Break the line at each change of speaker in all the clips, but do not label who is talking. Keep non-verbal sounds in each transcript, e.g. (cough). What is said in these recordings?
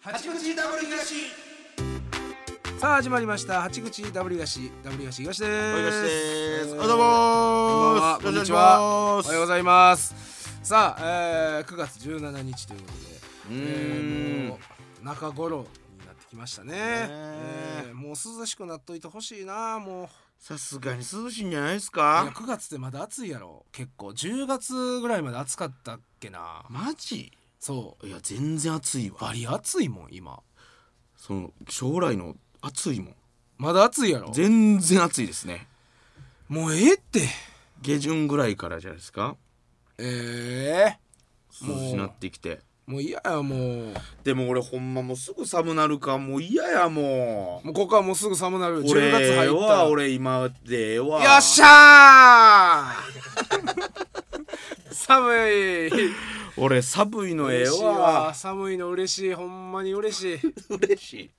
八口ダブル東さあ始まりました八口ダブル東ダブル東東で
おはようございます
す
おはようございます
こんばんはこんにちはお
よろし
は
く
ようご
お願いし
ざいますさあ、えー、9月17日ということで
うーん
えーもう中頃になってきましたね
え
えーもう涼しくなっといてほしいなもう
ますさすがに涼しいんじゃないです
いや
か
9月ってまだ暑いやろ結構10月ぐらいまで暑かったっけな
マジ
そ
いや全然暑いう
バ
わ
リ暑いもん今
その将来の暑いもん
まだ暑いやろ
全然暑いですね
もうええって
下旬ぐらいからじゃないですか
ええ
涼しくなってきて
もう嫌やもう
でも俺ほんまもうすぐ寒なるかもう嫌やもう
もうここはもうすぐ寒なる10
俺
月入ったら
は俺今でええわ
よっしゃー (laughs) 寒い
俺寒いのええ
嬉しい
わ
わ寒いの嬉しいほんまに嬉しい寒い
嬉しい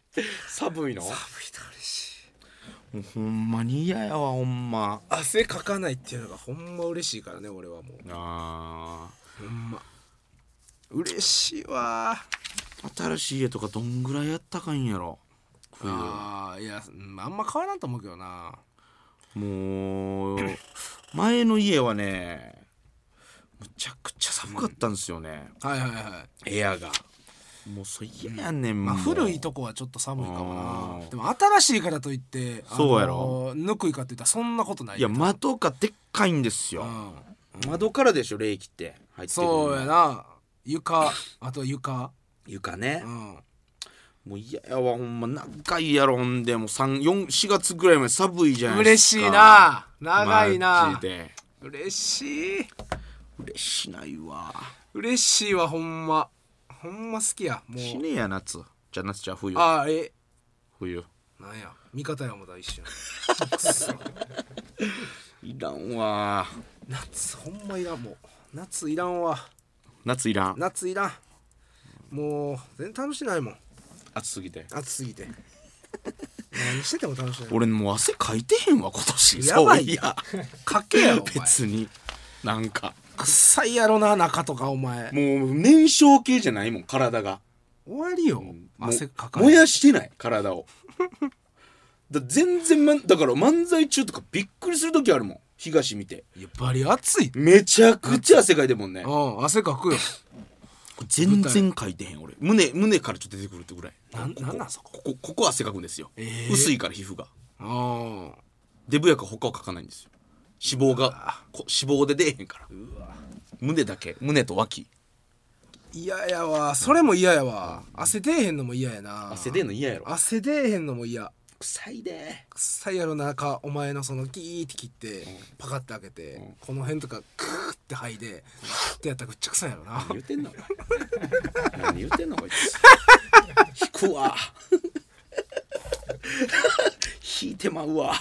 寒いの
の嬉しい
もうほんまに嫌やわほんま
汗かかないっていうのがほんま嬉しいからね俺はもう
あ
ほんま嬉しいわ
ー新しい家とかどんぐらいやったかいんやろ冬
あーいやうんあんま変わらんと思うけどな
もう前の家はねむちゃくちゃ寒かったんですよね、
はいはいはい
部屋がもうそれ嫌やねん
まあ、
もう
古いとこはちょっと寒いかも
う
なんでも新しいからといってあの
そうやろ
ぬくいかっていったらそんなことない
いや
うん
窓がでっかいんですよ、窓からでしょ冷気って入ってくるの
そうやな床あと床
床ね
う、ん
もう嫌やわほんま長いやろほんでもう三四四月ぐらいまで寒いじゃないで
嬉
す
し
か
いな長い
マ
な
ジで
嬉しい
嬉しないわ
嬉しいわほんまほんま好きやも
死
う
ねや夏じゃあ夏じゃあ冬
ああえ
冬
なんや味方やもだ一瞬くそ
いらんわ
夏ほんまいらんもう夏いらんわ
夏いらん
夏いらんもう全然楽しないもん
暑すぎて
暑すぎて何してても楽しない
俺もう汗かいてへんわ今年
やばい
そういや
かけ (laughs) やろお前
別になんか
臭いやろな中とかお前
もう燃焼系じゃないもん体が
終わりよ
も
汗かか
燃
る
やしてない体を (laughs) だ全然まんだから漫才中とかびっくりする時あるもん東見て
やっぱり暑い
めちゃくちゃ汗かいてるもんね
うん汗かくよ
全然かいてへん俺胸胸からちょっと出てくるってぐらい
なん
ここ
なんなんそこ
ここここ汗かくんですよ、
えー
薄いから皮膚が
あ
デブやから他はかかないんですよ脂肪がこ脂肪で出えへんから胸だけ胸と脇
嫌やわそれも嫌やわ汗出えへんのも嫌やな
汗出んの嫌やろ
汗出えへんのも嫌
臭いで
臭いやろ中お前のそのギーって切ってパカって開けてこの辺とかクーって吐いてってやったらぐっちゃ臭いやろな
何言うてんのお前何言うてんのこいつ引くわ引いてまうわ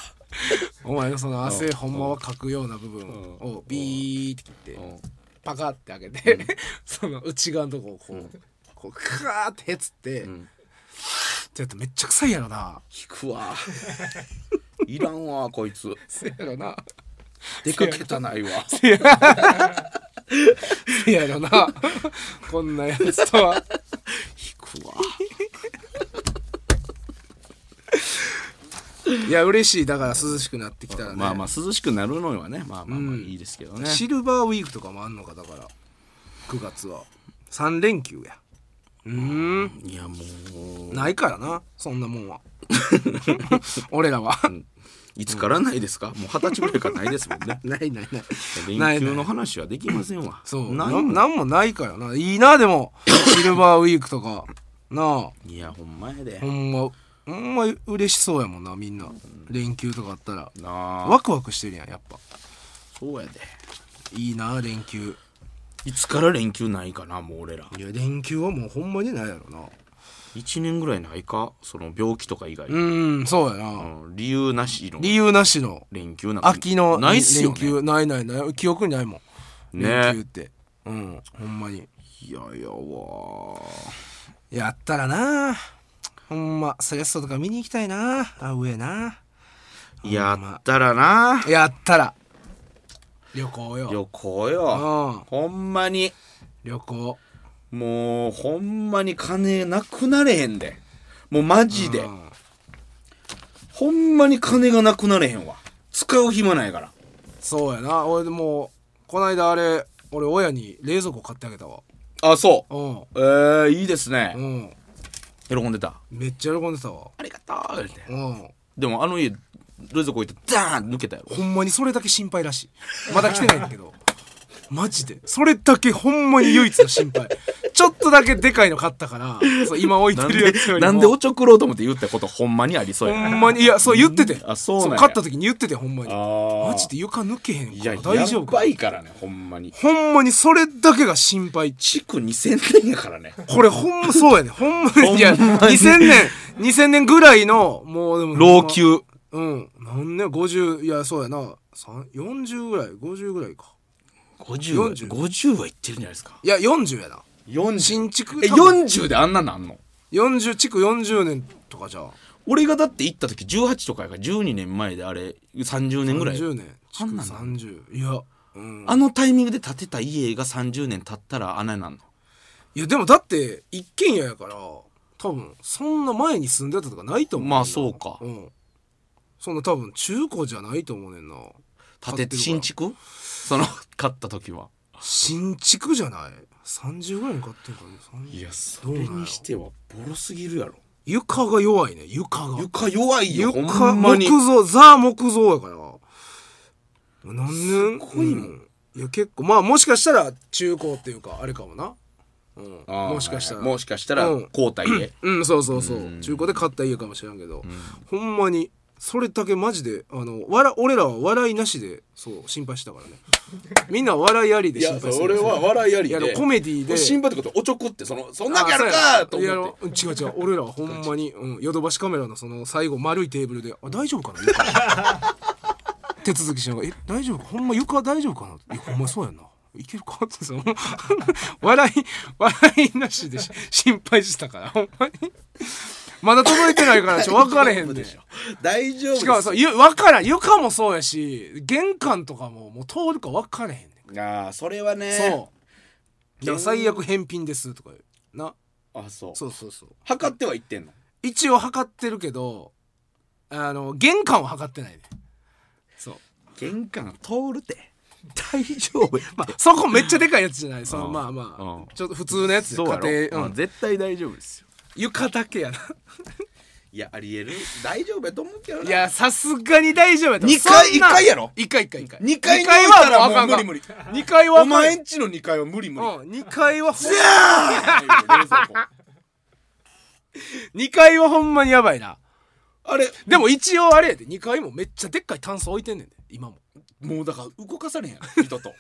お前のその汗ほんまはかくような部分をビーって切ってパカって開けて、 (laughs) その内側のとこをこう、こうクワーってへつって、
ん
ってやったらめっちゃ臭いやろな
引くわいらんわこいつ
せやろな
出かけたないわ
せやろな (laughs) こんなやつと
(laughs)
は
引くわ
いや嬉しいだから涼しくなってきたらね、
まあまあ涼しくなるのはねまあまあまあ
うん
いいですけどね、
シルバーウィークとかもあんのかだから9月は3連休やうーん
いやもう
ないからなそんなもん
(laughs)
は俺らは
いつからないですか、もう二十歳ぐらいからないですもん
(laughs)
ね
ないないないない
連
ない
休の話はできませんわ
そう
な
ないん
もん
なんもないからないいなで (coughs) もシルバーウィークとかなあ
いやほんまやで
ほんまほんま嬉しそうやもんなみんな連休とかあったら
なあ
ワクワクしてるやんやっぱ
そうやで
いいな連休
いつから連休ないかなもう俺ら
いや連休はもうほんまにないやろな
1年ぐらいないかその病気とか以外、
うーんそうやな、
うん理由なしの
理由なしの
連休なんか
秋の
ないっすよ
連
ね
休ないないない記憶にないもん、
ね
連休ってうんほんまに
いやいやわ
やったらなほんまセレッソとか見に行きたいなあ上な
ーやったらな
やったら旅行よ
旅行よ
うん
ほんまに
旅行
もうほんまに金なくなれへんでもうマジで
うん
ほんまに金がなくなれへんわ使う暇ないから
そうやな俺でもこないだあれ俺親に冷蔵庫買ってあげたわ
あそ
うん
うえー、いいです
う
ね
ん
喜んでた
めっちゃ喜んでたわ
ありがとうって
うん
でもあの家冷蔵庫置いてダーン抜けたやろ
ほんまにそれだけ心配らしいまだ来てないんだけ
(laughs)
どマジでそれだけほんまに唯一の心配ちょっとだけでかいの買ったからそう今置い
な
て
ん
るや
で
つよりも
なんでおちょくろうと思って言ったことほんまにありそうや
ほ
なん
まにいやそう言ってて
あそうなんや
買った時に言っててほんまに
あー
マジで床抜けへん
い
か
や
ら大丈夫
や
か
ばいからねほんまに
ほんまにそれだけが心配
築2000年やからね
これほんまそうやねほんまにいや
ほんまに
2000年2000年ぐらいのもうでも
老朽
うん何年50いやそうやな三40ぐらい50ぐらいか
50, は
40
50はいってるんじゃないですか
いや40やな
40
新築
え
多分
40であんなんなんの
40築40年とかじゃあ
俺がだって行った時18とかやから12年前であれ30年ぐらい
30年
あ
築
んなんな
30いやうん
あのタイミングで建てた家が30年経ったら穴になんの
いやでもだって一軒家やから多分そんな前に住んでたとかないと思うねんな
まあそうか
うんそんな多分中古じゃないと思うねんな建
建
っててるわ
新築その買った時は
新築じゃない30ぐらいに買ってるからね30
そ
れにして
はボロすぎるやろ
床が弱いね床が
床弱いよほ
床
んまに
木造ザ木造やから何年
すごいもん
うんいや結構まあもしかしたら中古っていうかあれかもな、うん、
あー
もしかしたら、
はいはいもしかしたら
うん
交代で
うんそうそうそう
うん
中古で買った家かもしれんけど、ほんまにそれだけマジであのわら俺らは笑いなしでそう心配したからねみんな (clears throat) 笑いありで心配する
笑いあ
いやでもコメディで
配ってことおちょくってそのそん
あそうやないや違う違う俺らはほんまにうんヨドバシカメラのその最後丸いテーブルで「あ大丈夫かな (laughs) 床手続きしながら「え大丈夫かほんま床大丈夫かな?」いやほんまそうやんないけるか?」って (laughs) その笑い笑いなしでし心配したからほんまにまだ届いてないからちょ分からへん
(laughs)
でし
大丈夫
かもそうゆ分からん床もそうやし玄関とかももう通るか分からへんねん
ああそれはね
そうだから最悪返品ですとか言うな
あそう
そうそうそう
測ってはいってんの
一応測ってるけどあの玄関は測ってないねそう
玄関通
(laughs)
るて大丈夫やま
そこめっちゃでかいやつじゃないその
うん
まあまあ、
うん
ちょっと普通のやつ
そうやろ
家庭、う
うん
ん、
絶対大丈夫ですよ
床だけやない
やありえる大丈夫やと思うけど
いやさすがに大丈夫やと思う
二階
そんな
一階やろ
一階一階一階
二階に置い
は
たらもう
あかん
無理無理
二階はあかん
んちの2階は無理無
うん二階はほん
(laughs) 冷蔵庫
二階はほんまにやばいな
あれ
でも一応あれやで二階もめっちゃでっかい炭素置いてんねんで今も
もうだから動かされへんやろ人と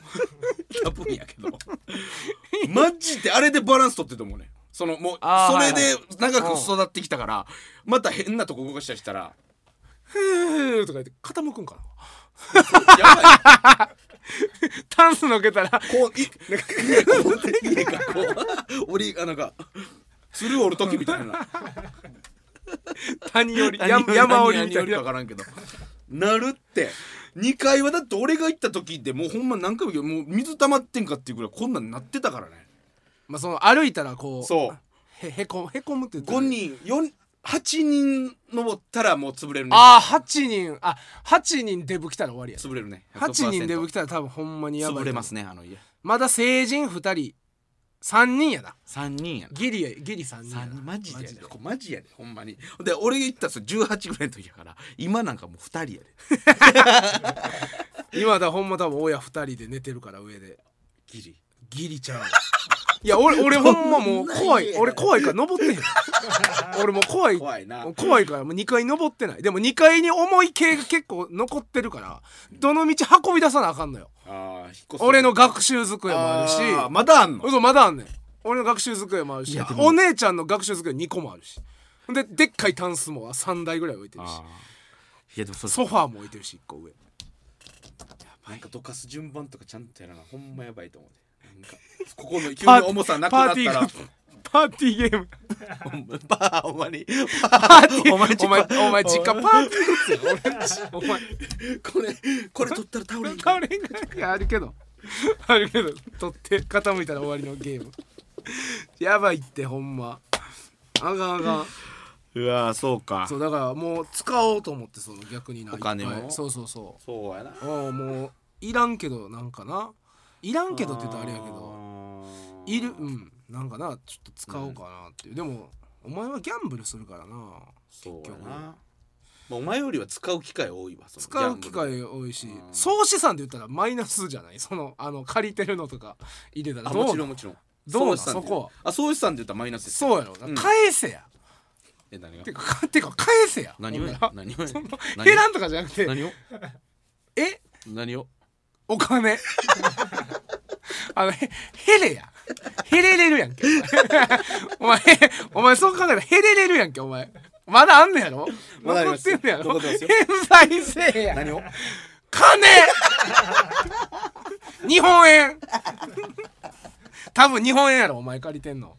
多分やけどマジであれでバランス取ってると思うねそのもう
あー
そ
はい
れ
はい
で長く育ってきたからまた変なとこ動かしたりし
(laughs)
たら
ふーとか言って傾くんかな
やばい
タンスのけたら
こう、い、なんか、
(laughs)
家がこう、折り、あ、なんか、鶴折る時みたいな。
谷寄り (laughs) 山山折りみたいな
わからんけど。なるって。2階はだって俺が行った時ってもうほんま何回も言うけどもう水溜まってんかっていうぐらいこんなんなってたからね
まあその歩いたらこう
そう
へへこへこむって言ってた
5
ね
人4 8人登ったらもう潰れるね
ああ8人あ八人デブ来たら終わりや
潰れるね
8人デブ来
き
たら多分ほんまにやばい
潰れますねあの家
まだ成人2人3人やな
3人やな
ギリやギリ3人や
三
な
人マジでやでこれマジやでほんまにで俺が行ったらそれ18ぐらいの時やから今なんかもう2人やで
今だほんま多分親2人で寝てるから上で
ギリ
ギリち
(laughs)
ゃういや俺俺ほんまもう怖い俺怖いから登
(laughs)
ってへん俺もう怖い
怖いな
怖いからもう2階登ってないでも2階に重い系が結構残ってるからどの道運び出さなあかんのよ
ああ引っ越す
俺の学習机もあるし
あーまだあんの
嘘まだあんねん俺の学習机もある
い
し
やでも
お姉ちゃんの学習机2個もあるしででっかいタンスも3台ぐらい置いてるし
いやでもそれ
ソファーも置いてるし1個上
なんかどかす順番とかちゃんとやらなほんまやばいと思うでなん (laughs) かここの急
パーティー
に重さなくな
パー
ったら
ティーパーティーゲーム
ほんまパーほんまに
パーティー
お
お前
前
お
実家
前お前実家パーティーグッズや俺んちお前
これこれ取ったら倒れん
倒れんがいやあるけどあるけど取って傾いたら終わりのゲームやばいってほんまあかんあかん
うわーそうか
そうだからもう使おうと思ってその逆にな
お金を
いっぱいそうそうそ
そうやな
うああもういらんけどなんかないらんけどって言ったらあれやけど
ど
いるうんなんかなちょっと使おうかなっていう、でもお前はギャンブルするからな
そうやな、まあ、お前よりは使う機会多いわその
使う機
ギャンブル
会多いし
うん
総資産で言ったらマイナスじゃないそのあの借りてるのとか入れたら
あ
どう
も
な
ちろんもちろん
どうなん
総資産って
そこは
あ総資産って言ったらマイナスです
そうやろ、
うん
返せや
え何が
てかかてか返せや
何
ほん
を
な
や
ら
何をや
その
何
減
を
らんとかじゃなくて
何を
え
何を
お金 (laughs) あのへ減れや減れれるやんけ (laughs) お前お前お前そう考えたら減れれるやんけお前まだあんのやろ
まだあ
残
りま
っ
す
てんのやろ
残ってま
返
すよ
済せえや
何を
金日本円多分日本円やろお前借りてんの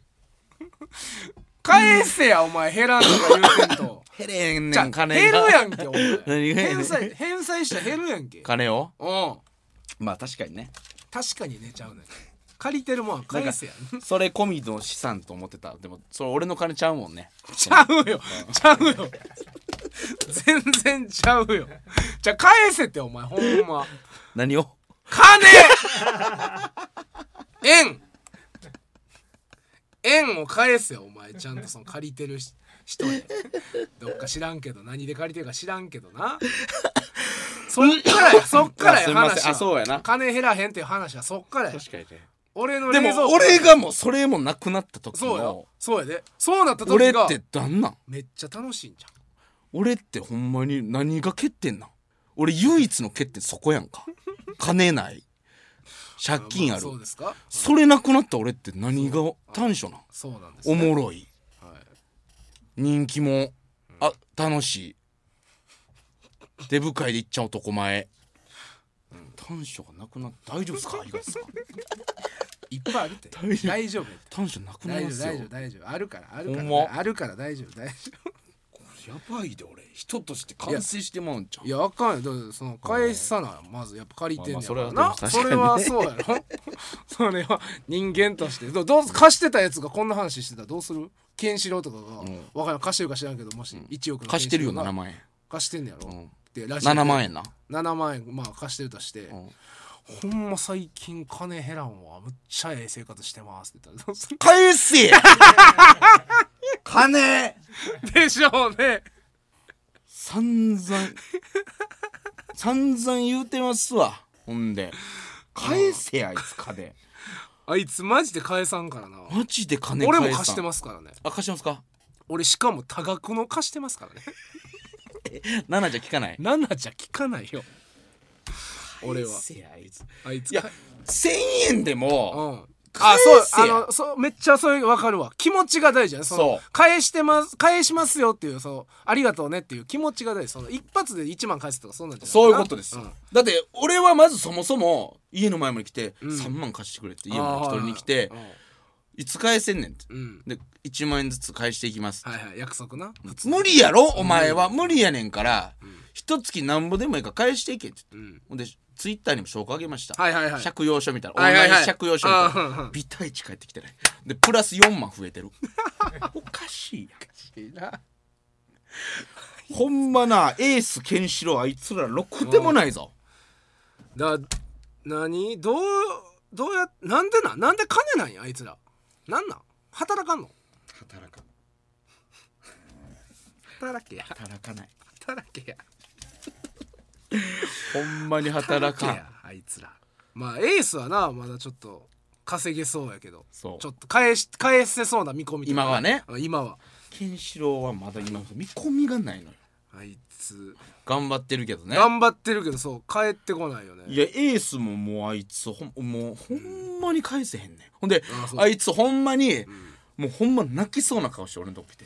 返せやお前減らんとか言うてんと
減れへん
じゃ
ね
あ
ん
減る
金が
やんけお前
(laughs) 何がやねん
返済返済したら減るやんけ
金を
うん
まあ確かにね
確かに寝ちゃうね借りてるもんは返せやん
それ込みの資産と思ってたでもそれ俺の金ちゃうもんね
ちゃうよちゃうよ全然ちゃうよじゃあ返せってお前ほんま
何を
金円円を返せよお前ちゃんとその借りてるし人にどっか知らんけど何で借りてるか知らんけどなそっからやそっから
あす
や
いません
話は
あそうやな
金減らへんっていう話はそっからや
確かにね
俺の
で
冷蔵
も
庫
俺がもうそれもなくなった時
そうよ
の
そうやでそうなった
俺
時
っ
が
てなんなん
めっちゃ楽しいんじゃん
俺ってほんまに何が欠点なん俺唯一の欠点そこやん
(laughs)
か金ない借金ある
そうですか
それなくなった俺って何が短所なん
そうなんです
お
ね
もろい
はい
人気もあ楽しいデブ会で行っちゃう男前短所がなくなった大丈
(laughs)
夫ですか東さん
いっぱいあるって
大丈夫
大丈夫
短所なくなり
大丈
ま
夫
すよ
大丈夫大丈夫あるからあるから、
ほんま
あるから大丈夫大丈
やばいで俺人として完成してまうんじゃ
夫
ん
いやあかんよだってその返さなまずやっぱ借りてんねやからな、
まあまあ
そ
そ
れ
れ
は
は
そうやろ (laughs) それは人間としてどどう貸してたやつがこんな話してたらどうするケンシロウとかが、わ
ん
からん貸してるか知らんけどもし1億の
貸してるよ
ケンシロウ
7
が
万円
貸してんねやろ、
うん
でラジオで
7万円な
7万円まあ貸してるとして、
ん
ほんま最近金減らんわむっちゃええ生活してますって言ったらどうする
返せ金
でしょうね
散々散々言うてますわほんで返せあいつ金
あいつマジで返さんからな
マジで金
俺
返
も
さん
貸してますからね
あ貸してますか
俺しかも多額の貸してますからね
7じゃ聞か (laughs) ない
7じゃ聞かないよ俺は
返せあいつ
あいつ
いや
か
1000円で
う
も
んあ
返
そう
せ
あのそうめっちゃそれ分かるわ気持ちが大事やねその
そう
返してます返しますよっていうそのありがとうねっていう気持ちが大事その一発で1万返すとかそうなんじゃない
そういうことですよ、
ん
だって俺はまずそもそも家の前まで来て3万貸してくれって家まで一人に来て
あーはい
つ返せんねんって
いうん
で1万円ずつ返していきます
はいはい約束な普通
無理やろお前は無理やねんから一月なんぼでもいいから返していけって言
うん
ってほんでツイッターにも証拠あげました
はいはいはい
借用書みたいな
は
オ
い
ン
はいはい
ライン借用書みたい
あーうんう
なんビタイチ返ってきてねでプラス4万増え
(laughs)
てるおかしいやんほんまなエースケンシロウあいつらろくでもないぞ
だ何どうどうやなんでなんなんで金なんやあいつらなんなん働かんの
働か
働けや
働かない
働けや
ほんまに働
働
か
け
ん
やあいつらまあエースはなまだちょっと稼げそうやけど
そう
ちょっと返し返せそうな見込みというか
今はね
うん今は
ケンシロウはまだ今見込みがないのよ
あいつ
頑張ってるけどね
頑張ってるけどそう帰ってこないよね
いやエースももうあいつほんもうほんまに返せへんねんほんで
あそう
あいつほんまに、もうほんま泣きそうな顔して俺のとこ
(laughs)
来て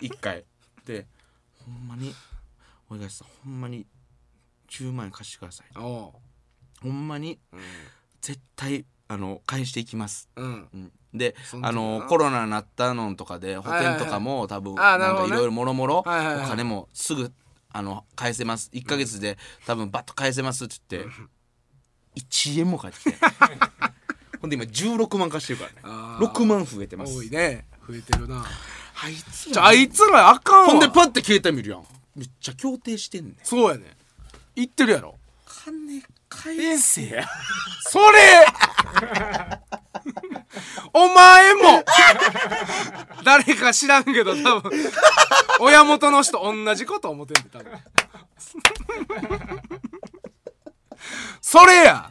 一回でほんまに「おいがさんほんまに10万円貸してください
お」
ほんまに
う
絶対あの返していきます
うん、うん」
うん、で
そんな
あ
の
のコロナになったのとかで保
はいはい
険とかも多分
あー
なん
なるほど
かい
ね
ろいろもろもろお
はいはいはい
金もすぐあの返せます1か月で多分バッと返せますって言って1円も返ってきてほんで今16万貸してるからね
あー
6万増えてます
多いね増えてるな
あいつ
じゃああいつらあかんわ
ほんでパッて携帯見るやんめっちゃ協定してんねん
そうやね言ってるやろ
金返せや
(laughs) それお前も誰か知らんけど多分親元の人同じこと思ってんで多分それや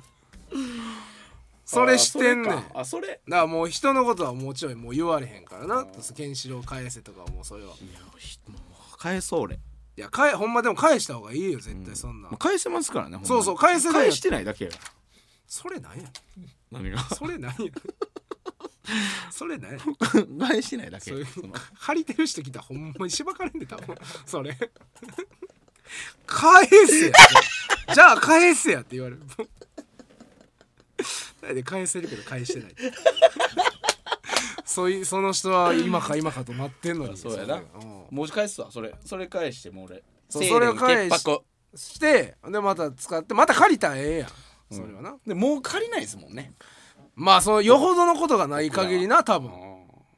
それしてんねんだか
あそれ
らもう人のことはもうちょいもう言われへんからなケンシロウ返せとかはもうそれはい
やひもう返そう俺
や返ほんまでも返した方がいいよ絶対そんな、
もう返せますからねほんまに
そうそう返せない
返してないだけや
それなんや
何が
(laughs) それなんやそれなんや
返してないだけ
そういう
その
借りてる人来たらほんまにしばかれんで多分 (laughs) それ返せや (laughs) じゃあ返せやって言われる (laughs) なんで返せるけど返してないそういうその人は今か今かと待ってんのに
そうやな
それうん
もう返すわそれそれ返してもう俺
そうそれを返し
清廉潔白
してでまた使ってまた借りたらええやんそれはな、
でもう借りないですもんね
まあそのよほどのことがない限りな多分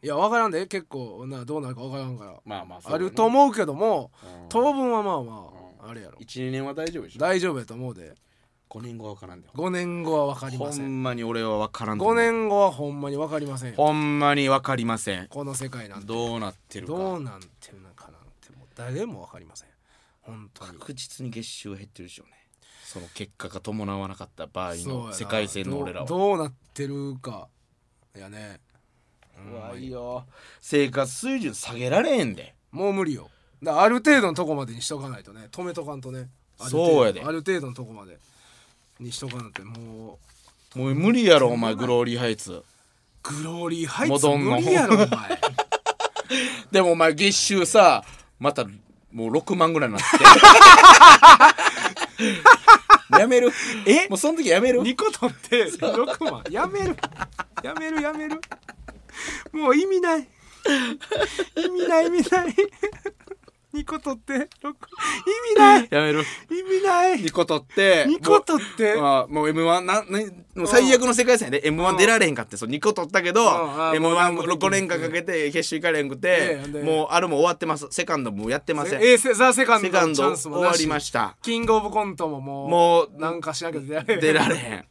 いや分からんで結構などうなるか分からんから
まあまあそう
あ
だね
ると思うけども
うん
当分はまあまああれやろ
12年は大丈夫でしょ
大丈夫やと思うで
5年後は分からんで
5年後は分かり
ほ
ません
んまに俺は分からんと思
5
う
年後はほんまに分かりませんよ
ほんまに分かりません
この世界なんて
どうなってるか
どうなんてるのかなんてもう誰も分かりません本当に
確実に月収は減ってるでしょうねその結果が伴わなかった場合
そうや
の
な
世界線の俺らは
どうどうなってるかやね
怖いよ生活水準下げられへんで
もう無理よだからある程度のとこまでにしとかないとね止めとかんとねある程度
そうやで
ある程度のとこまでにしとかんともう
もう無理やろお前グローリーハイツ
グローリーハイ
モ
ツ
ドンの
無理やろお前
でもお前月収さまたもう6万ぐらいになってやめるえもうその時やめる
2個取って6万やめるやめるやめるもう意味ない意味ない意味ない2個取って6意味ない
やめる
意味ない
2個取って
2個取って
もうまあ、もう M1 ななもう最悪の世界線で M1 出られへんかってそう2個取ったけど
あーもうもう
M16 年間かけて決勝行かれへんくて
ええで
もうあれも終わってますセカンドもやってません
えー、せザ・セカン
セ
ド
カ
の
ン
チ
ド
ャンス
終
もな
わ
し
りました
キングオブコントももう
もう
なんかしなきゃ出られ
出られへん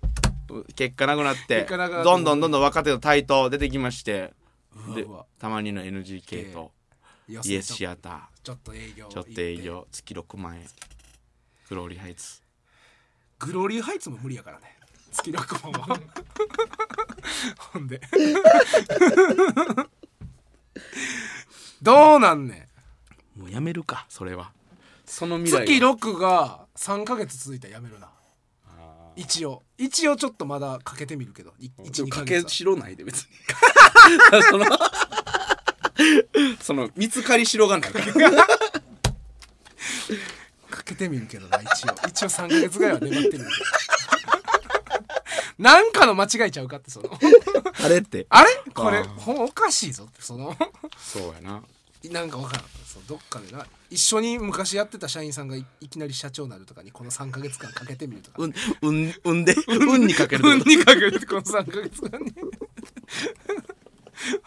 結果なくなって
結果なくなって
どんどんどんどん若手の台頭出てきまして
わ
で
うわ
たまにの NGK と
よし
イエス
ち
シ
ょ
アタ
ちょっと営業
ーちょっと営業月6万円フローリーハイツ
グローリーハイツも無理やからね月6万は (laughs) ほんでどうなんね
もうやめるかそれはその
ん
未来は
月6が3ヶ月続いたらやめるな
あー
一応一応ちょっとまだかけてみるけどい
でも
12ヶ
かけ
月
しろないで別に (laughs) そのその見つかりしろがないから
はかけてみるけどな一応 (laughs) 一応3ヶ月ぐらいは粘ってみるけ (laughs) どなんかの間違いちゃうかってその
あれって
あれこれ
あー
ほんおかしいぞってその
そうやな
なんかわからんそうどっかでな一緒に昔やってた社員さんがいいきなり社長になるとかにこの3か月間かけてみるとか
うんうんうんで (laughs) うんにかける
運にかけるってこの3か月間に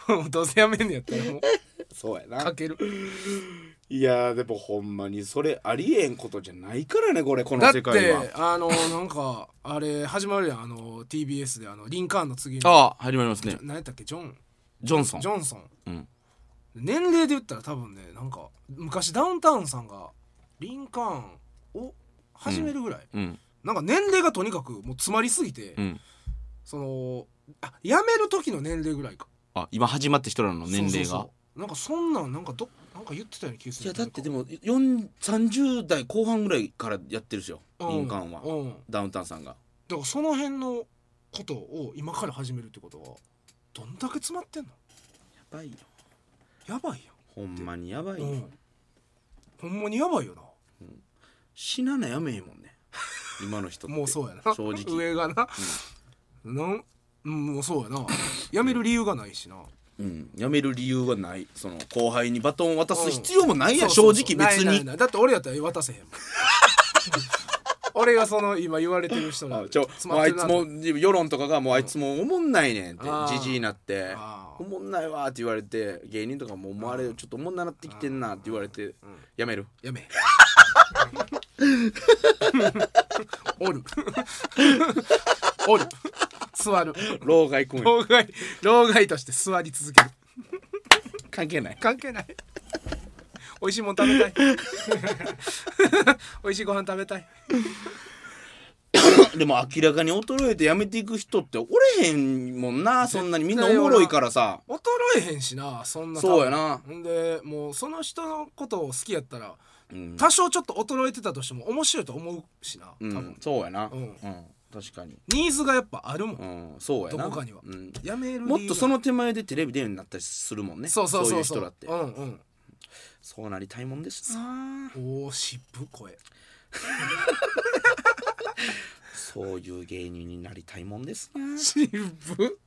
もうどうせやめんねやったらもう
そうや
かける
いやーでもほんまにそれありえんことじゃないからねこれこ
だ
の
っ
世
て
界は
あのなんかあれ始まるやんあの TBS であのリンカーンの次に
ああ始まりますね
何やったっけジョン
ジョンソン
ジョンソン
うん
年齢で言ったら多分ねなんか昔ダウンタウンさんがリンカーンを始めるぐらい、
うん
なんか年齢がとにかくもう詰まりすぎて、
うん
そのあ辞める時の年齢ぐらいか
あ今始まって人らの年齢が
そうそうそうなんかそんなんなんかどなんか言ってたような気がす
い
る
やだってでも4 30代後半ぐらいからやってるんですよ印鑑は
うんだ
ダウンタウンさんが
からその辺のことを今から始めるってことはどんだけ詰まってんの
やばいよ
やばいよ、
ほんまにやばいよ、
うん、ほんまにやばいよな
死ななやめへんもんね今の人って
もうそうやな
正直
上がな、なんうんもうそうやな辞める理由がないしな
うん、やめる理由はないその後輩にバトンを渡す必要もないや、
そ
正
うそうそう
直別
ないない
に (laughs)
ないだって俺やったら渡せへんもん俺がその今言われてる人なん
あ
で
ちょ
詰
もう
まって
あい
る
つ
な
も世論とかがもうあいつもおもんないねんって
あー
じじいになって
あー
おもんないわーって言われて芸人とかも思われちょっとおもんななってきてんなって言われてやめる
やめおるおる座る
老害君
老害老害として座り続ける
関係ない
関係ない美味しいもん食べたい (laughs) 美味しいご飯食べたい
でも明らかに衰えてやめていく人っておれへんもんなそんなにみんなお
絶対おらん
もろいからさ
衰えへんしなそんな
そうやな
多分んでもうその人のことを好きやったら
うん、
多少ちょっと衰えてたとしても面白いと思うしな多
う
分、
ん、そうやな
う
うんん、確かに
ニーズがやっぱあるもん、
うんそうやな
どこかには
うん、
やめる理由が
もっとその手前でテレビ出るようになったりするもんね
そうそうそうそう
いう人だって
うんうん
そうなりたいもんですな
おーしっぶ声
そういう芸人になりたいもんですな
しっぶ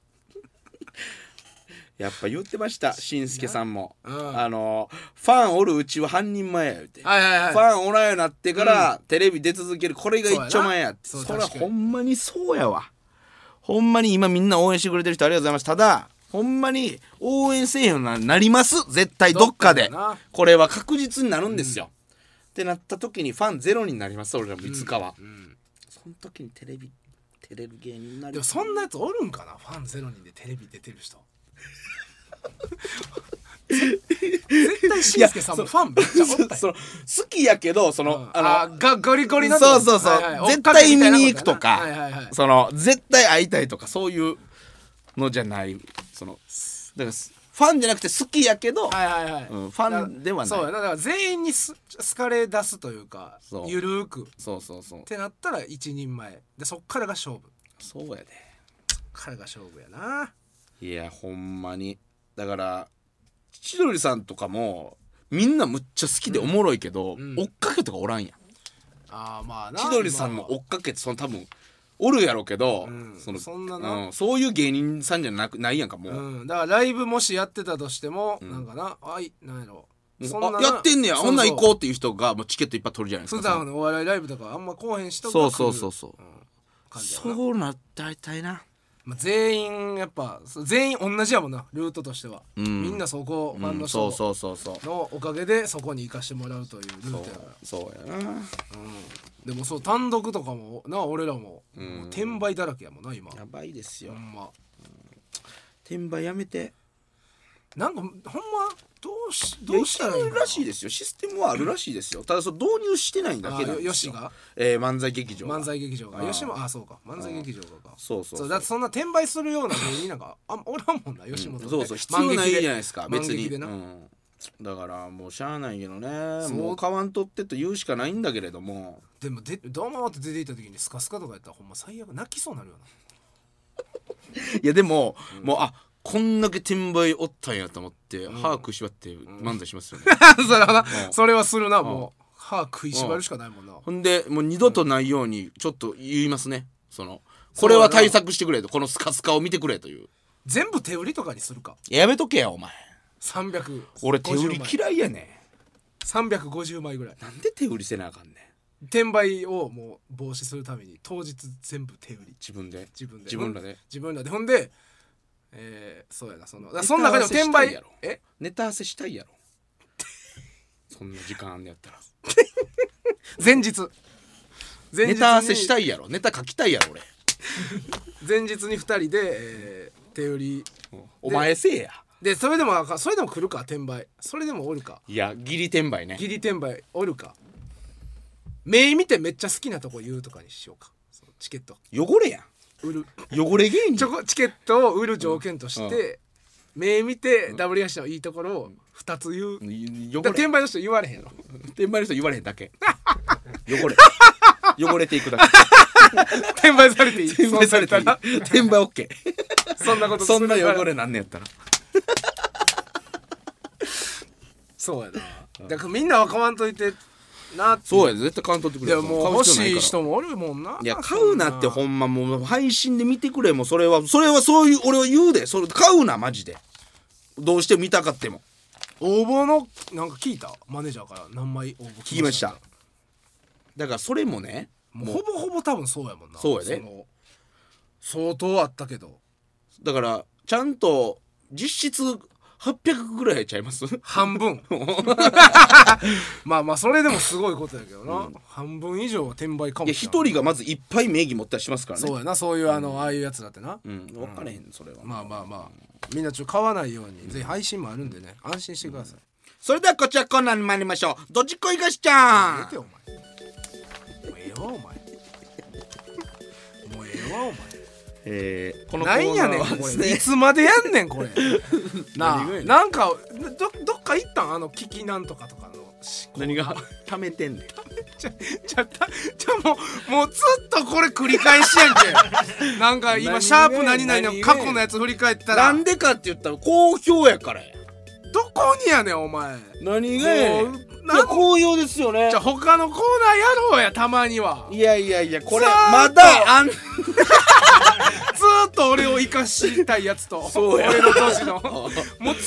やっぱ言ってましたしんすけさんも、
うん
あのファンおるうちは半人前や言うて、
はいはいはい
ファンおらんようになってから、テレビ出続けるこれが一丁前やって
そ
そ
や
う
なそ
れは
う確かに
ほんまにそうやわほんまに今みんな応援してくれてる人ありがとうございますただほんまに応援せえへんようにななります絶対どっかで
どっかでな
これは確実になるんですよ、ってなった時にファンゼロになります俺らもいつかは、
ん
その時にテレビテレビ芸人にな
で
る
もそんなやつおるんかなファンゼロ人でテレビ出てる人絶対しんすけさんもファンめっちゃおった
(laughs) そ
よ
の好きやけどその、あの
あーがゴリゴリの
そうそうそう、
はいはい
絶対見に行くとか、
はいはいはい
その絶対会いたいとかそういうのじゃないそのだからすファンじゃなくて好きやけど、
はいはいはい、
うんファンではない
そうやなだから全員にす好かれ出すというか
そう
ゆるーくっ
そうそうそう
てなったら一人前でそっからが勝負
そうや
からが勝負やな
でいやほんまにだから千鳥さんとかもみんなむっちゃ好きでおもろいけど、
ん
追っかけとかおらんやん
あーまあな
千鳥さんの追っかけってその多分おるやろうけど、
ん
その
そんなな
うんそういう芸人さんじゃなくないやんかもう、
うん、だからライブもしやってたとしても、なんかなあいなんやろそんな
あ
な
やってんねや
そう
ほんな
そ
ん
う
行こうっていう人がもうチケットいっぱい取るじゃないです
普
か
段のお笑いライブとかあんまこうへん人が来
そ
る
うそうそうそう
感じやな
そうな大体な
まあ、全員やっぱそう全員同じやもんなルートとしては、
ん
みんなそこファンの
そう
人
そうそうそう
のおかげでそこに行かしてもらうというルートやから
そうやな
でもそう単独とかもな俺らも,、もう転売だらけやもんな今
やばいですよ
ほんま
転売やめて
なんかほんまどうしどうしたらいい
や
の
一応らしいですよシステムはあるらしいですよただそれ導入してないんだけ
あ
ど
よよしが
えー漫才劇場は
漫才劇場が
ああ
吉本あそうか漫才劇場がか
そうそうそう
だってそんな転売するような芸人なんかあんまおらんもんな吉本で、
そうそう必要ないじゃないですか
満
別
劇
に
でな
うんだからもうしゃあないけどね
そう
もう買わんとってと言うしかないんだけれども
でもでどうもって出ていった時にスカスカとかやったらほんま最悪泣きそうになるよない
(laughs) やでも、もうあこんだけ転売おったんやと思って、歯食いしばって漫才しますよね、
それはな (laughs) それはするなもう歯食いしばるしかないもんな
ほんでもう二度とないようにちょっと言いますねそのこれは対策してくれとこのスカスカを見てくれという
全部手売りとかにするか
やめとけやお前
300
俺手売り
枚
嫌いやね
350枚ぐらい
んなんで手売りせなあかんねん
転売をもう防止するために当日全部手売り
自分で
自分で
自分らで
自分らでほんでえー、そうやなそのだからその中でも転
ネタ合わせしたい
売
やろ
え
ネタ合わせした (laughs) いやろそんな時間あんねやったら
前日前
ネタ合わせした
い
いやろネタ書きたいやろ俺
前日に2人で、えー、手売り
お前せえや
でそれでもあかんそれでも来るか転売それでもおるか
いや義理転売ね
ギリ転売おるか目見てめっちゃ好きなとこ言うとかにしようかそのチケット
汚れや
売る
ん汚れ芸人
チョコチケットを売る条件として、目見て W 足のいいところを2つ言う、だ
汚
から
れ
転売の人言われへんやろ
転売の人言われへんだけ (laughs) 汚れ汚れていくだけ (laughs)
転売されていい
転売されたら転売 OK
そんなこと
(laughs) そんな
するから
汚れなんねやったら
そうやなだからみんなは買わんといてなって
そうや絶対カウントってくれ
で
よ
もも
買
う
う
欲
必要
しい
なから
人もおるもんないい
や買うなってほ
ん
んまもう配信で見てくれもうそれはそれはそういう俺は言うでそれ買うなマジでどうしても見たかっても
応募のなんか聞いたマネージャーから何枚応募
聞きました
か
だからそれもね
もうほぼほぼ多分そうやもんな
そうやね
の相当あったけど
だからちゃんと実質800ぐらいちゃいます (laughs)
半分 (laughs) まあまあそれでもすごいことやけどな、半分以上は転売か
い
も
や
しれん
一人がまずいっぱい名義持ったりしますからね
そうやなそういうあの、ああいうやつだってな、
うん、分かれへんそれは、
まあまあまあみんなちょっと買わないように、ぜひ配信もあるんでね安心してください、
それではこちらコーナーに参りましょうどっちこいがしちゃ
出てお
ん
前もうええわお前もうええわお前
えー、このコー
な
ナ
いんや
ー
ねん
は
こ
です
れい
ね
つまでやんねんこれ
(laughs)
なあ
何がやねん
なんかどどっか行ったんあの聞きなんとかとかのし
何が貯めてんねん
ちゃちゃたちゃもうもうずっとこれ繰り返しやん
(laughs)
けなんか今
何が
シャープ何々
何
の
が
過去のやつ振り返った
な
ら
んでかって言ったら好評やからや
どこにやねんお前
何
がやねん
もういや好評ですよね
じゃあ他のコーナーやろうやたまにはい
やいやいやこれ
ずーっと
まだあん
ずーっと俺を生かしたいやつと
そうや
俺の年
(laughs)
のもうず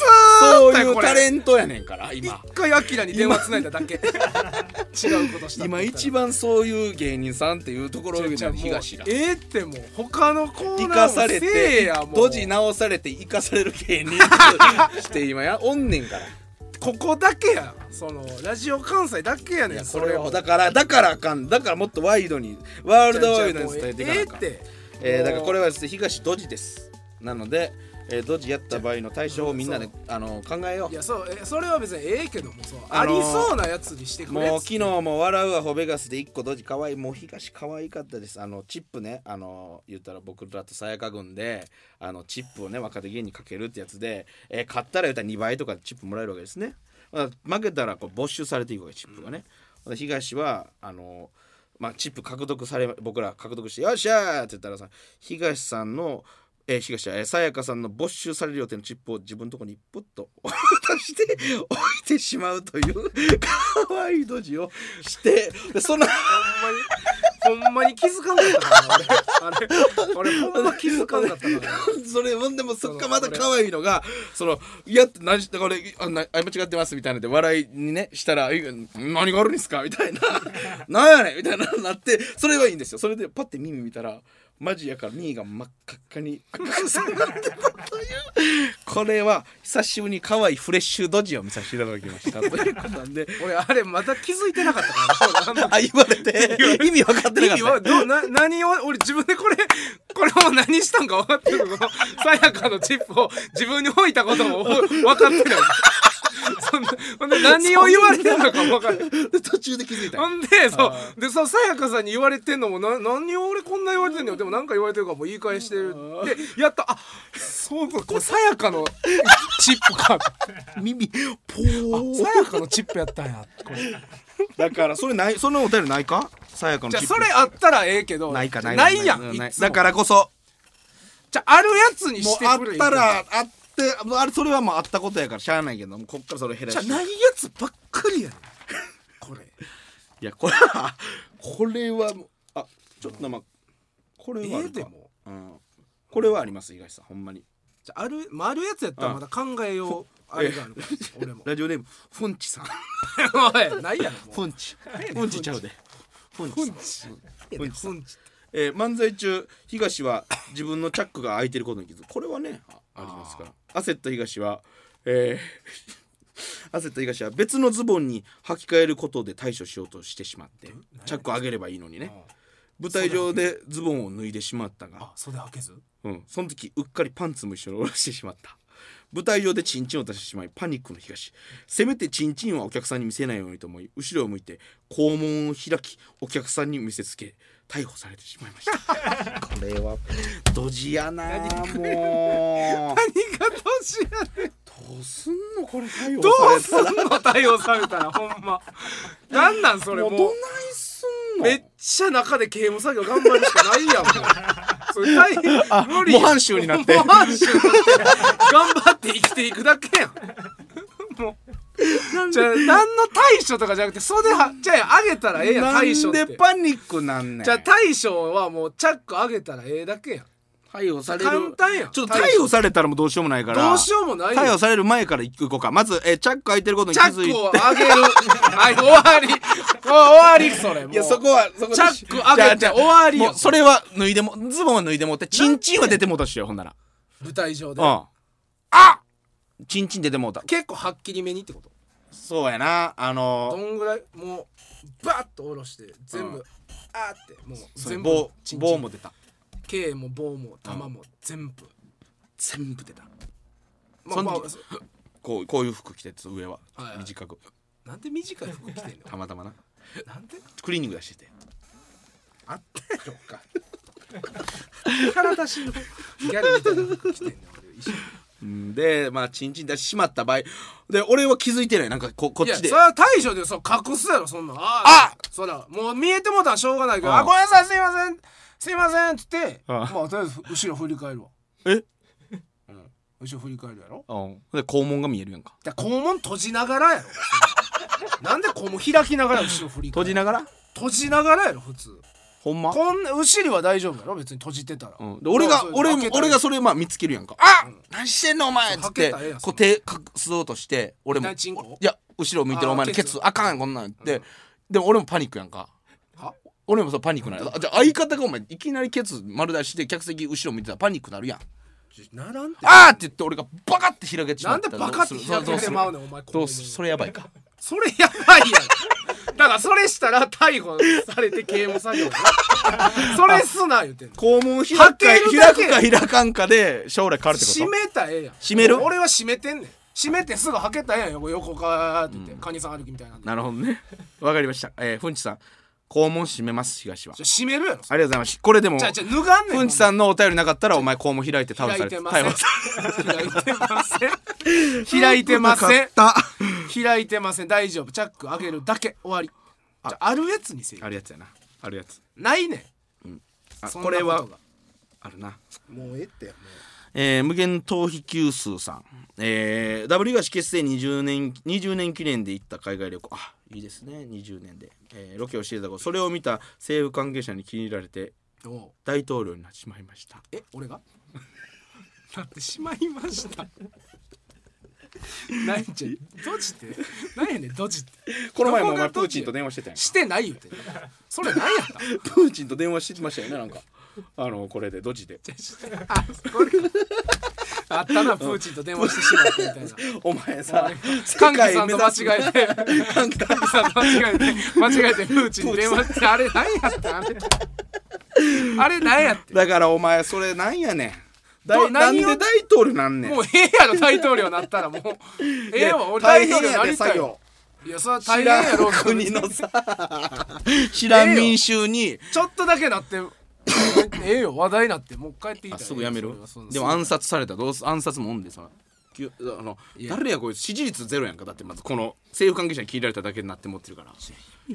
ーっ
そ
と
う
や
い
こ
う
れ
タレントやねんから
一
今
回アキラに電話つないだだけ (laughs) 違うことしたって言ったら
今一番そういう芸人さんっていうところになる東が
ええってもう他のコー
生
ナ
か
ー
さ
も
れ
せえ
て
やもう
閉じ直されて生かされる芸人 (laughs) として今やおんねんから
ここだけやそのラジオ関西だけや
い
ね
や
ん
こ
そ
れ
れ
を
を
だからだからあかんだからもっとワイドにワールドワイドに
じゃあ
伝えて
じ
い
ゃあもうええ
かなあか
っ
ん
て
えーだからこれはですね東ドジですなので、えー、ドジやった場合の対象をみんなであの考えよ
いやそうえそれは別にええけどもそう、
あのー
ありそうなやつにして
う
くれ
もう
っつ
昨日も「笑うアホベガス」で1個ドジかわいいもう東かわいかったですあのチップねあの言ったら僕らとさやか軍であのチップをね若手芸人にかけるってやつで、えー買ったら言ったら2倍とかチップもらえるわけですねまあ負けたらこう没収されていくわけチップがね、で東はあのまあ、チップ獲得され僕ら獲得して「よっしゃー!」って言ったらさ東さんのえー、東ちゃんえーさやかさんの没収される予定のチップを自分のところにポッと渡して置いてしまうというかわいいドジをしてでその
ほんまにほんまに気づかんかったから俺あれ俺ほんま気づかんかったから
それもんでもそっか
その
また可愛いのがその「いや何してこれあなあ間違ってます」みたいなんで笑いにねしたらい「何があるんですか?」みたいな (laughs) 「なんやねん」みたいなのになってそれはいいんですよそれでパッて耳見たらマジやから耳が真っ赤っかに赤く染まってたというこれは久しぶりに可愛いフレッシュドジを見させていただきました (laughs) ということ (laughs) なんで
俺あれまだ気づいてなかったからそうなんだ
あ言われて意味分かってな
意
かっ
味
た
はどうな何を俺自分でこれこれを何したんか分かってるのさやかのチップを自分に置いたことも分かってないそんなほんで何を言われてんのかも分かんない
で途中で気づいたん
ほ
や
んでそうでそうさやかさんに言われてんのもな何を俺こんな言われてんのよでも何か言われてるからもう言い返してるでやったあそうかこれさやかのチップか
耳ポー
さやかのチップやったんやこれ
だからそれないそのお便りないかさやかの
じゃあ
チップ
それあったらええけど
ないかない
ないやん
ない
いつも
だからこそ
じゃああるやつに
も
し
う
て
あっ
くれ
たらあってもうあれそれはもうあったことやからしゃあないけどもうこっからそれ減ら
じゃ
し
ないやつばっかりやね (laughs) んこれ
いやこれ (laughs) はこれはもうあちょっとまあこれはあ
え
る
え
か
でも
うんこれはあります東さんほんまに
じゃあある、まあ、あるやつやったらまだ考えようあれがあるから俺も
(laughs) ラジオネームフォンチさん
(laughs) おいないやろ
フ
も
ォンチフォンチちゃうでフォン
う
チさん
ふんちふんち
えー漫才中東は自分のチャックが開いてることに気づくこれはねあありますから焦った東はえー (laughs) 焦った東は別のズボンに履き替えることで対処しようとしてしまってチャックを上げればいいのにね舞台上でズボンを脱いでしまったが
あ袖はけず
うん、その時うっかりパンツも一緒に下ろしてしまった舞台上でチンチンを出してしまいパニックの東せめてチンチンはお客さんに見せないようにと思い後ろを向いて肛門を開きお客さんに見せつけ逮捕されてしまいました
(laughs)
これはドジやなもう
何がどうしやねん
どうすんのこれ逮
どう
捕
す
されたら
んの対応されたらほんまなんなんそれ
もうど
も
ないうすんの
めっちゃ中で刑務作業頑張るしかないやんも (laughs) うそれ大変無理やん
模範囚になって
模範囚になって頑張って生きていくだけやんもうじゃあ何の対処とかじゃなくて袖はじゃあ上げたらええやん対処
なん
って
でパニックなんねん
じゃあ対処はもうチャック上げたらええだけやん
逮捕される
簡単やん
ちょっと逮捕されたらもうどうしようもないから
どうしようもないよ
逮捕される前から一個行こうかまず、えーチャック開いてることに
チ
気
ャ
づい
ックを
て
上げるはい終わりもう終わりそれもう
いやそこはそこで
チャック開け
じ
て
ゃあ
終わり
も
よ
うそれは脱いでもズボンは脱いでもってチンチンは出てもうたっしよほんなら
舞台上で
うんあっチンチン出てもうた
結構はっきりめにってこと
そうやなあ
ど
の
んぐらいもうバッと下ろして全部、
うん
あーってもう
それ
全
棒
部チンチン
棒も出た
K も棒も玉も全部、
全部出た
まあまあ
そこうこういう服着てちょっと上は
はいはい
短く
(laughs) なんで短い服着てんの
たまたまな
(laughs) なんで
クリーニング出してて
あったやろ (laughs) か体しのギャルみたいな服着てんの俺一緒に
うんでまあチンチン出してしまった場合で俺は気づいてないなんかここ
い
っ
や
ち
そ
で
れは大将でそう隠すやろそんなんあ
あ
そらもう見えてもうたらしょうがないけど「
うん
あごめんなさいすいませんすいません」っつって
うん
まあとりあえず後ろ振り返るわ
え
後ろ振り返るやろ
うんで肛門が見えるやんか
だから肛門閉じながらやろなんで肛門開きながら後ろ振り返
閉
る
じながら
閉じながらやろ普通
ほんま
こんなお尻は大丈夫やろ別に閉じてたら、
うん、で俺が
まあ
俺
それ開けたら
俺がそれまあ見つけるやんか「あ、何してんのお前」っつっ
開け
て
たらええやん
こう手隠そうとして俺も
痛
「
いチンコ
いや後ろ向いてるお前の
あ
ケ
ケ
ツ
ツ
あかんこんなん」って、でも俺もパニックやんか
は
俺もそうパニックなるあじゃあ相方がお前いきなりケツ丸出しで客席後ろ見てたらパニックなるやん「
ちならんて
あーって言って俺がバカって開けてしま
な
っ
ん
た
で
ら
バカって開
どう
け
す
て
る
まうねんお前肛門
どうするどうするそれやばいか
それやばいやんだからそれしたら逮捕されて刑務作業やろそれすな言うてんの
肛門開
開
くか
けるだ
開
け
くか開かんかで将来変わるってこと
閉めたらええやん
閉める
俺は閉めてんねん閉めてすぐはけたらええやん横横かーって言って、カニさん歩きみたいなんで
なるほどねわかりましたえー、ふんちさん肛門閉めます東は
じゃ閉めるやろ
ありがとうございますこれでも
じゃじゃ脱がんねん
(laughs) ふんちさ
ん
んのお便りなかったらお前肛門開いて倒
開
され
い
て
てま
逮
せん
捕さ
開いてません開いてません
た
開いてません大丈夫チャック開けるだけ終わりじゃあるやつにせよ
あるやつやなあるやつ
ないねん
あ
そん
こ
な
れ
とが
はあるな
もうええっても
えー無限逃避級数さん、えー、W 東結成20年 ,20 年記念で行った海外旅行あいいですね20年で、えーロケをしていた頃それを見た政府関係者に気に入られて
うおう
大統領になってしまいました
え俺が (laughs) なってしまいましたなんじゃドジってなんやねんドジって
この前もお
どこ
前
が
プーチンと電話してたやん
してないよってそれなんやった
(laughs) プーチンと電話してましたよねなんかあのこれでドジ (laughs) で
あこれかあったなプーチンと電話してしまったみたいな
お前さ
カンキさんと間違えて
カンキ
カンキさんと間違えて間違えてプーチンに電話してあれなんやったあれあれなんやって
だからお前それなんやねんだ
ど
いなん
何
で
を
大統領なんねん
もうええやろ大統領なったらもうええわ俺大統領なりたいよいやそれは大
知
変
ら
やろ
ん
うけど
国のさ (laughs) 知らん民衆に
ちょっとだけなってええよ話題になってもう帰っていい
あすぐやめるで
で
も
も
暗殺されたらどうす暗殺もおんでさきゅあの
や
誰やこいつ支持率ゼロやんかだってまずこの政府関係者に聞いられただけになって持ってるから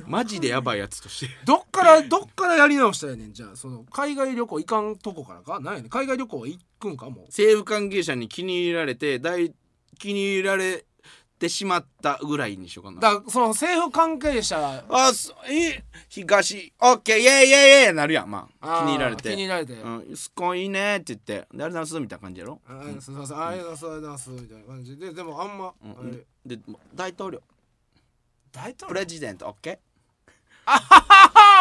マジでやばいやつとして
どっからどっからやり直したやねんじゃあその海外旅行行かんとこからかなんやねん海外旅行は行くんかもう
政府関係者に気に入られて大気に入られてしまったぐらいにしようかな
だからその政府関係者
あそえ東オッケーイエイイエイイエイなるやんまあ気に入られて
気に入られて、あ
うん、すごいねって言って「でありがとうございます」みたいな感じやろ、
ーすいませんありがとうございますみたいな感じででもあんま、
うん
あれ
でもう大統領
大統
プ
領
レジデント OK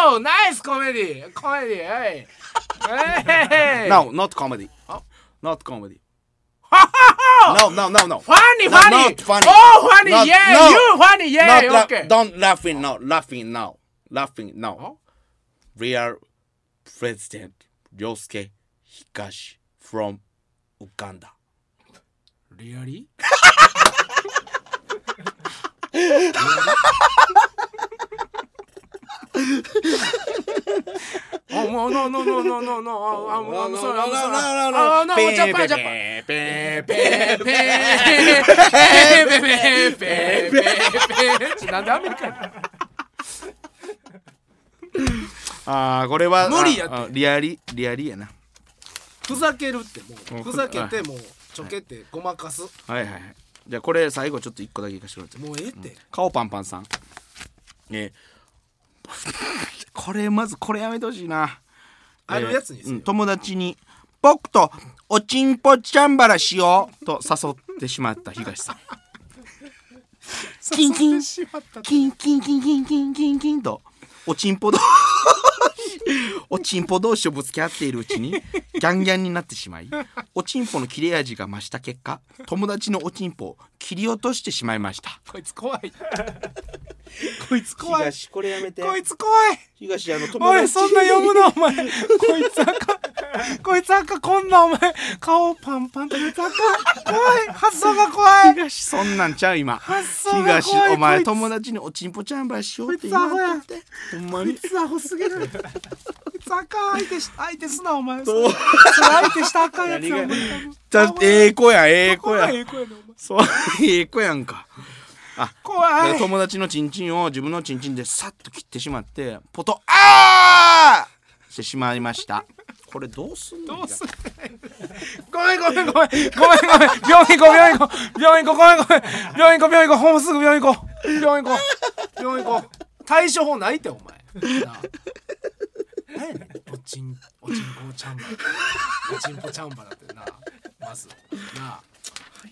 おーナイスコメディコメディはいえ
No not comedy
あ
not comedy
はは
No no no no
ファニーファニー
Not funny.
おファニー
Not-
イェー
no.
イ You ファニーイ
Not
ェーイオ
la-
ッケー
don't laughing now laughing now laughing now
あ
real president 凌介東 from ウガンダ
リアリあ、もう、no, no, no, no, no, no, I'm, I'm sorry, I'm sorry. Ah, no, Japan, Japan. ペ
ペーペーペー
ーペーペーペーペーペーペーペーなんでアメリカや
ああこれは
無理やって
ああリアリリアリやな
ふざけるってもうふざけてもうちょけてごまかす
はいはいはいじゃあこれ最後ちょっと一個だけいかしてください
もうええって
顔パンパンさんえーこれまずこれやめてほしいな
あるやつに
え
せ
ーう
よ
ん友達に僕とおちんぽちゃんばらしようと誘ってしまった東さんキンキン
しまった
キンキンキンキンキンキンキンとおちんぽ同士おちんぽ同士をぶつけ合っているうちにギャンギャンになってしまいおちんぽの切れ味が増した結果友達のおちんぽを切り落としてしまいました
こいつ怖いこいつ怖い
これやめて
こいつ怖い
東あの友
おいそんな読むなお前こいつあかんこいつあかんこんなお前顔パンパンと出たあかん怖い発想が怖い
東そんなんちゃう今
発想が怖い
東お
こ
前
いつ
友達におちんぽちゃんばらしようっ
こ
て
い
言
つア
わ
ホや
れててほんま
こい
に
つアホすぎるこいつあかん相手し相手すなお前そ
どう
れ相手したあかんやつや
何が
お前
だええ子やええ子
怖
や
いええ子やなお前
そうええ子やんか
怖い
友達のチンチンを自分のチンチンでさっと切ってしまってポトあーしてしまいましたこれどうすんの
どうすんごめんごめんごめんごめんごめん病院行こう病院行こう病院行こうごめんごめん病院行こう病院行こうほんますぐ病院行こう病院行こう病院行こう対処法ないってお前なあ何やねんおちんおちんこチャンバラおちんこチャンバラってなまずなあ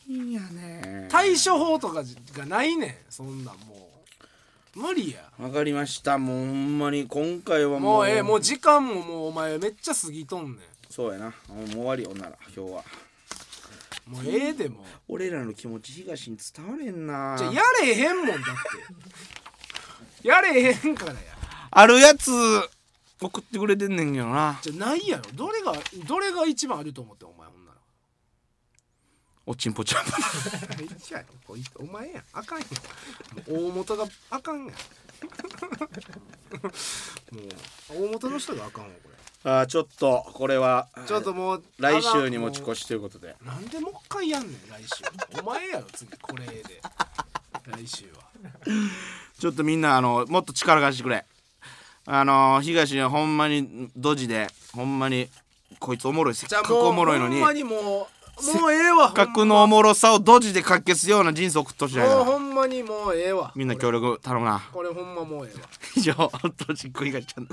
いやね
対処法とかじがないねんそんなんもう無理や
わかりましたもうほんまに今回はもう
もうええもう時間ももうお前めっちゃ過ぎとんね
そうやなもう終わりよほんなら今日
ん
は
もうええでもう
俺らの気持ち東に伝われんな
じゃあやれへんもんだってやれへんからや
あるやつ送ってくれてんねんけどな
じゃあないやろどれがどれが一番あると思ってんお前ほんなら
おちんぽちゃ
い
ん
やこいつお前やんあかんやんもう大元があかんやんもう大元の人があかんわこれ
(laughs) あーちょっとこれは
ちょっともう
来週に持ち越
し
しということで
なんでもう一回やんねん来週お前やろ次これで来週は
ちょっとみんなあのもっと力貸してくれあの東はほんまにドジでほんまにこいつおもろいせっ
じゃ
か
あ
く
もう
おもろいのに
ほんま
せっ
にもうもうええわ
かくのおもろさをドジで解決するような人生送っとし
ほ
なんい
まもう
から
ほんまにもうええわ
みんな協力頼むな (laughs)
これほんまもうええわ
以上ドジっ子東ちゃんの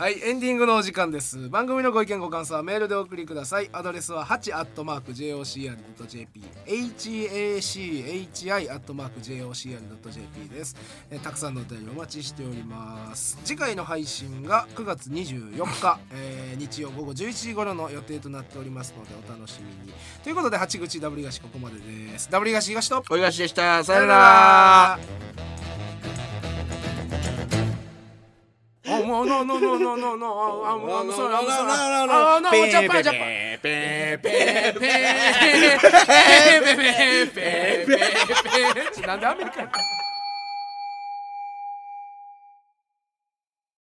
はいエンディングのお時間です番組のご意見ご感想はメールでお送りくださいアドレスは 8-jocr.jp hachi-jocr.jp ですえーたくさんのお便りお待ちしております次回の配信が9月24日、えー日曜午後11時頃の予定となっておりますのでお楽しみにということで八口ダブリガシここまでですダブリガシ東と
お東でしたさよなら
あ、もう、no, no, no, no, no, no, I'm, I'm sorry, I'm sorry. Ah, no, Japan, Japan. ペーペーペーペーペーペーペーペーペーペーなんでアメリカや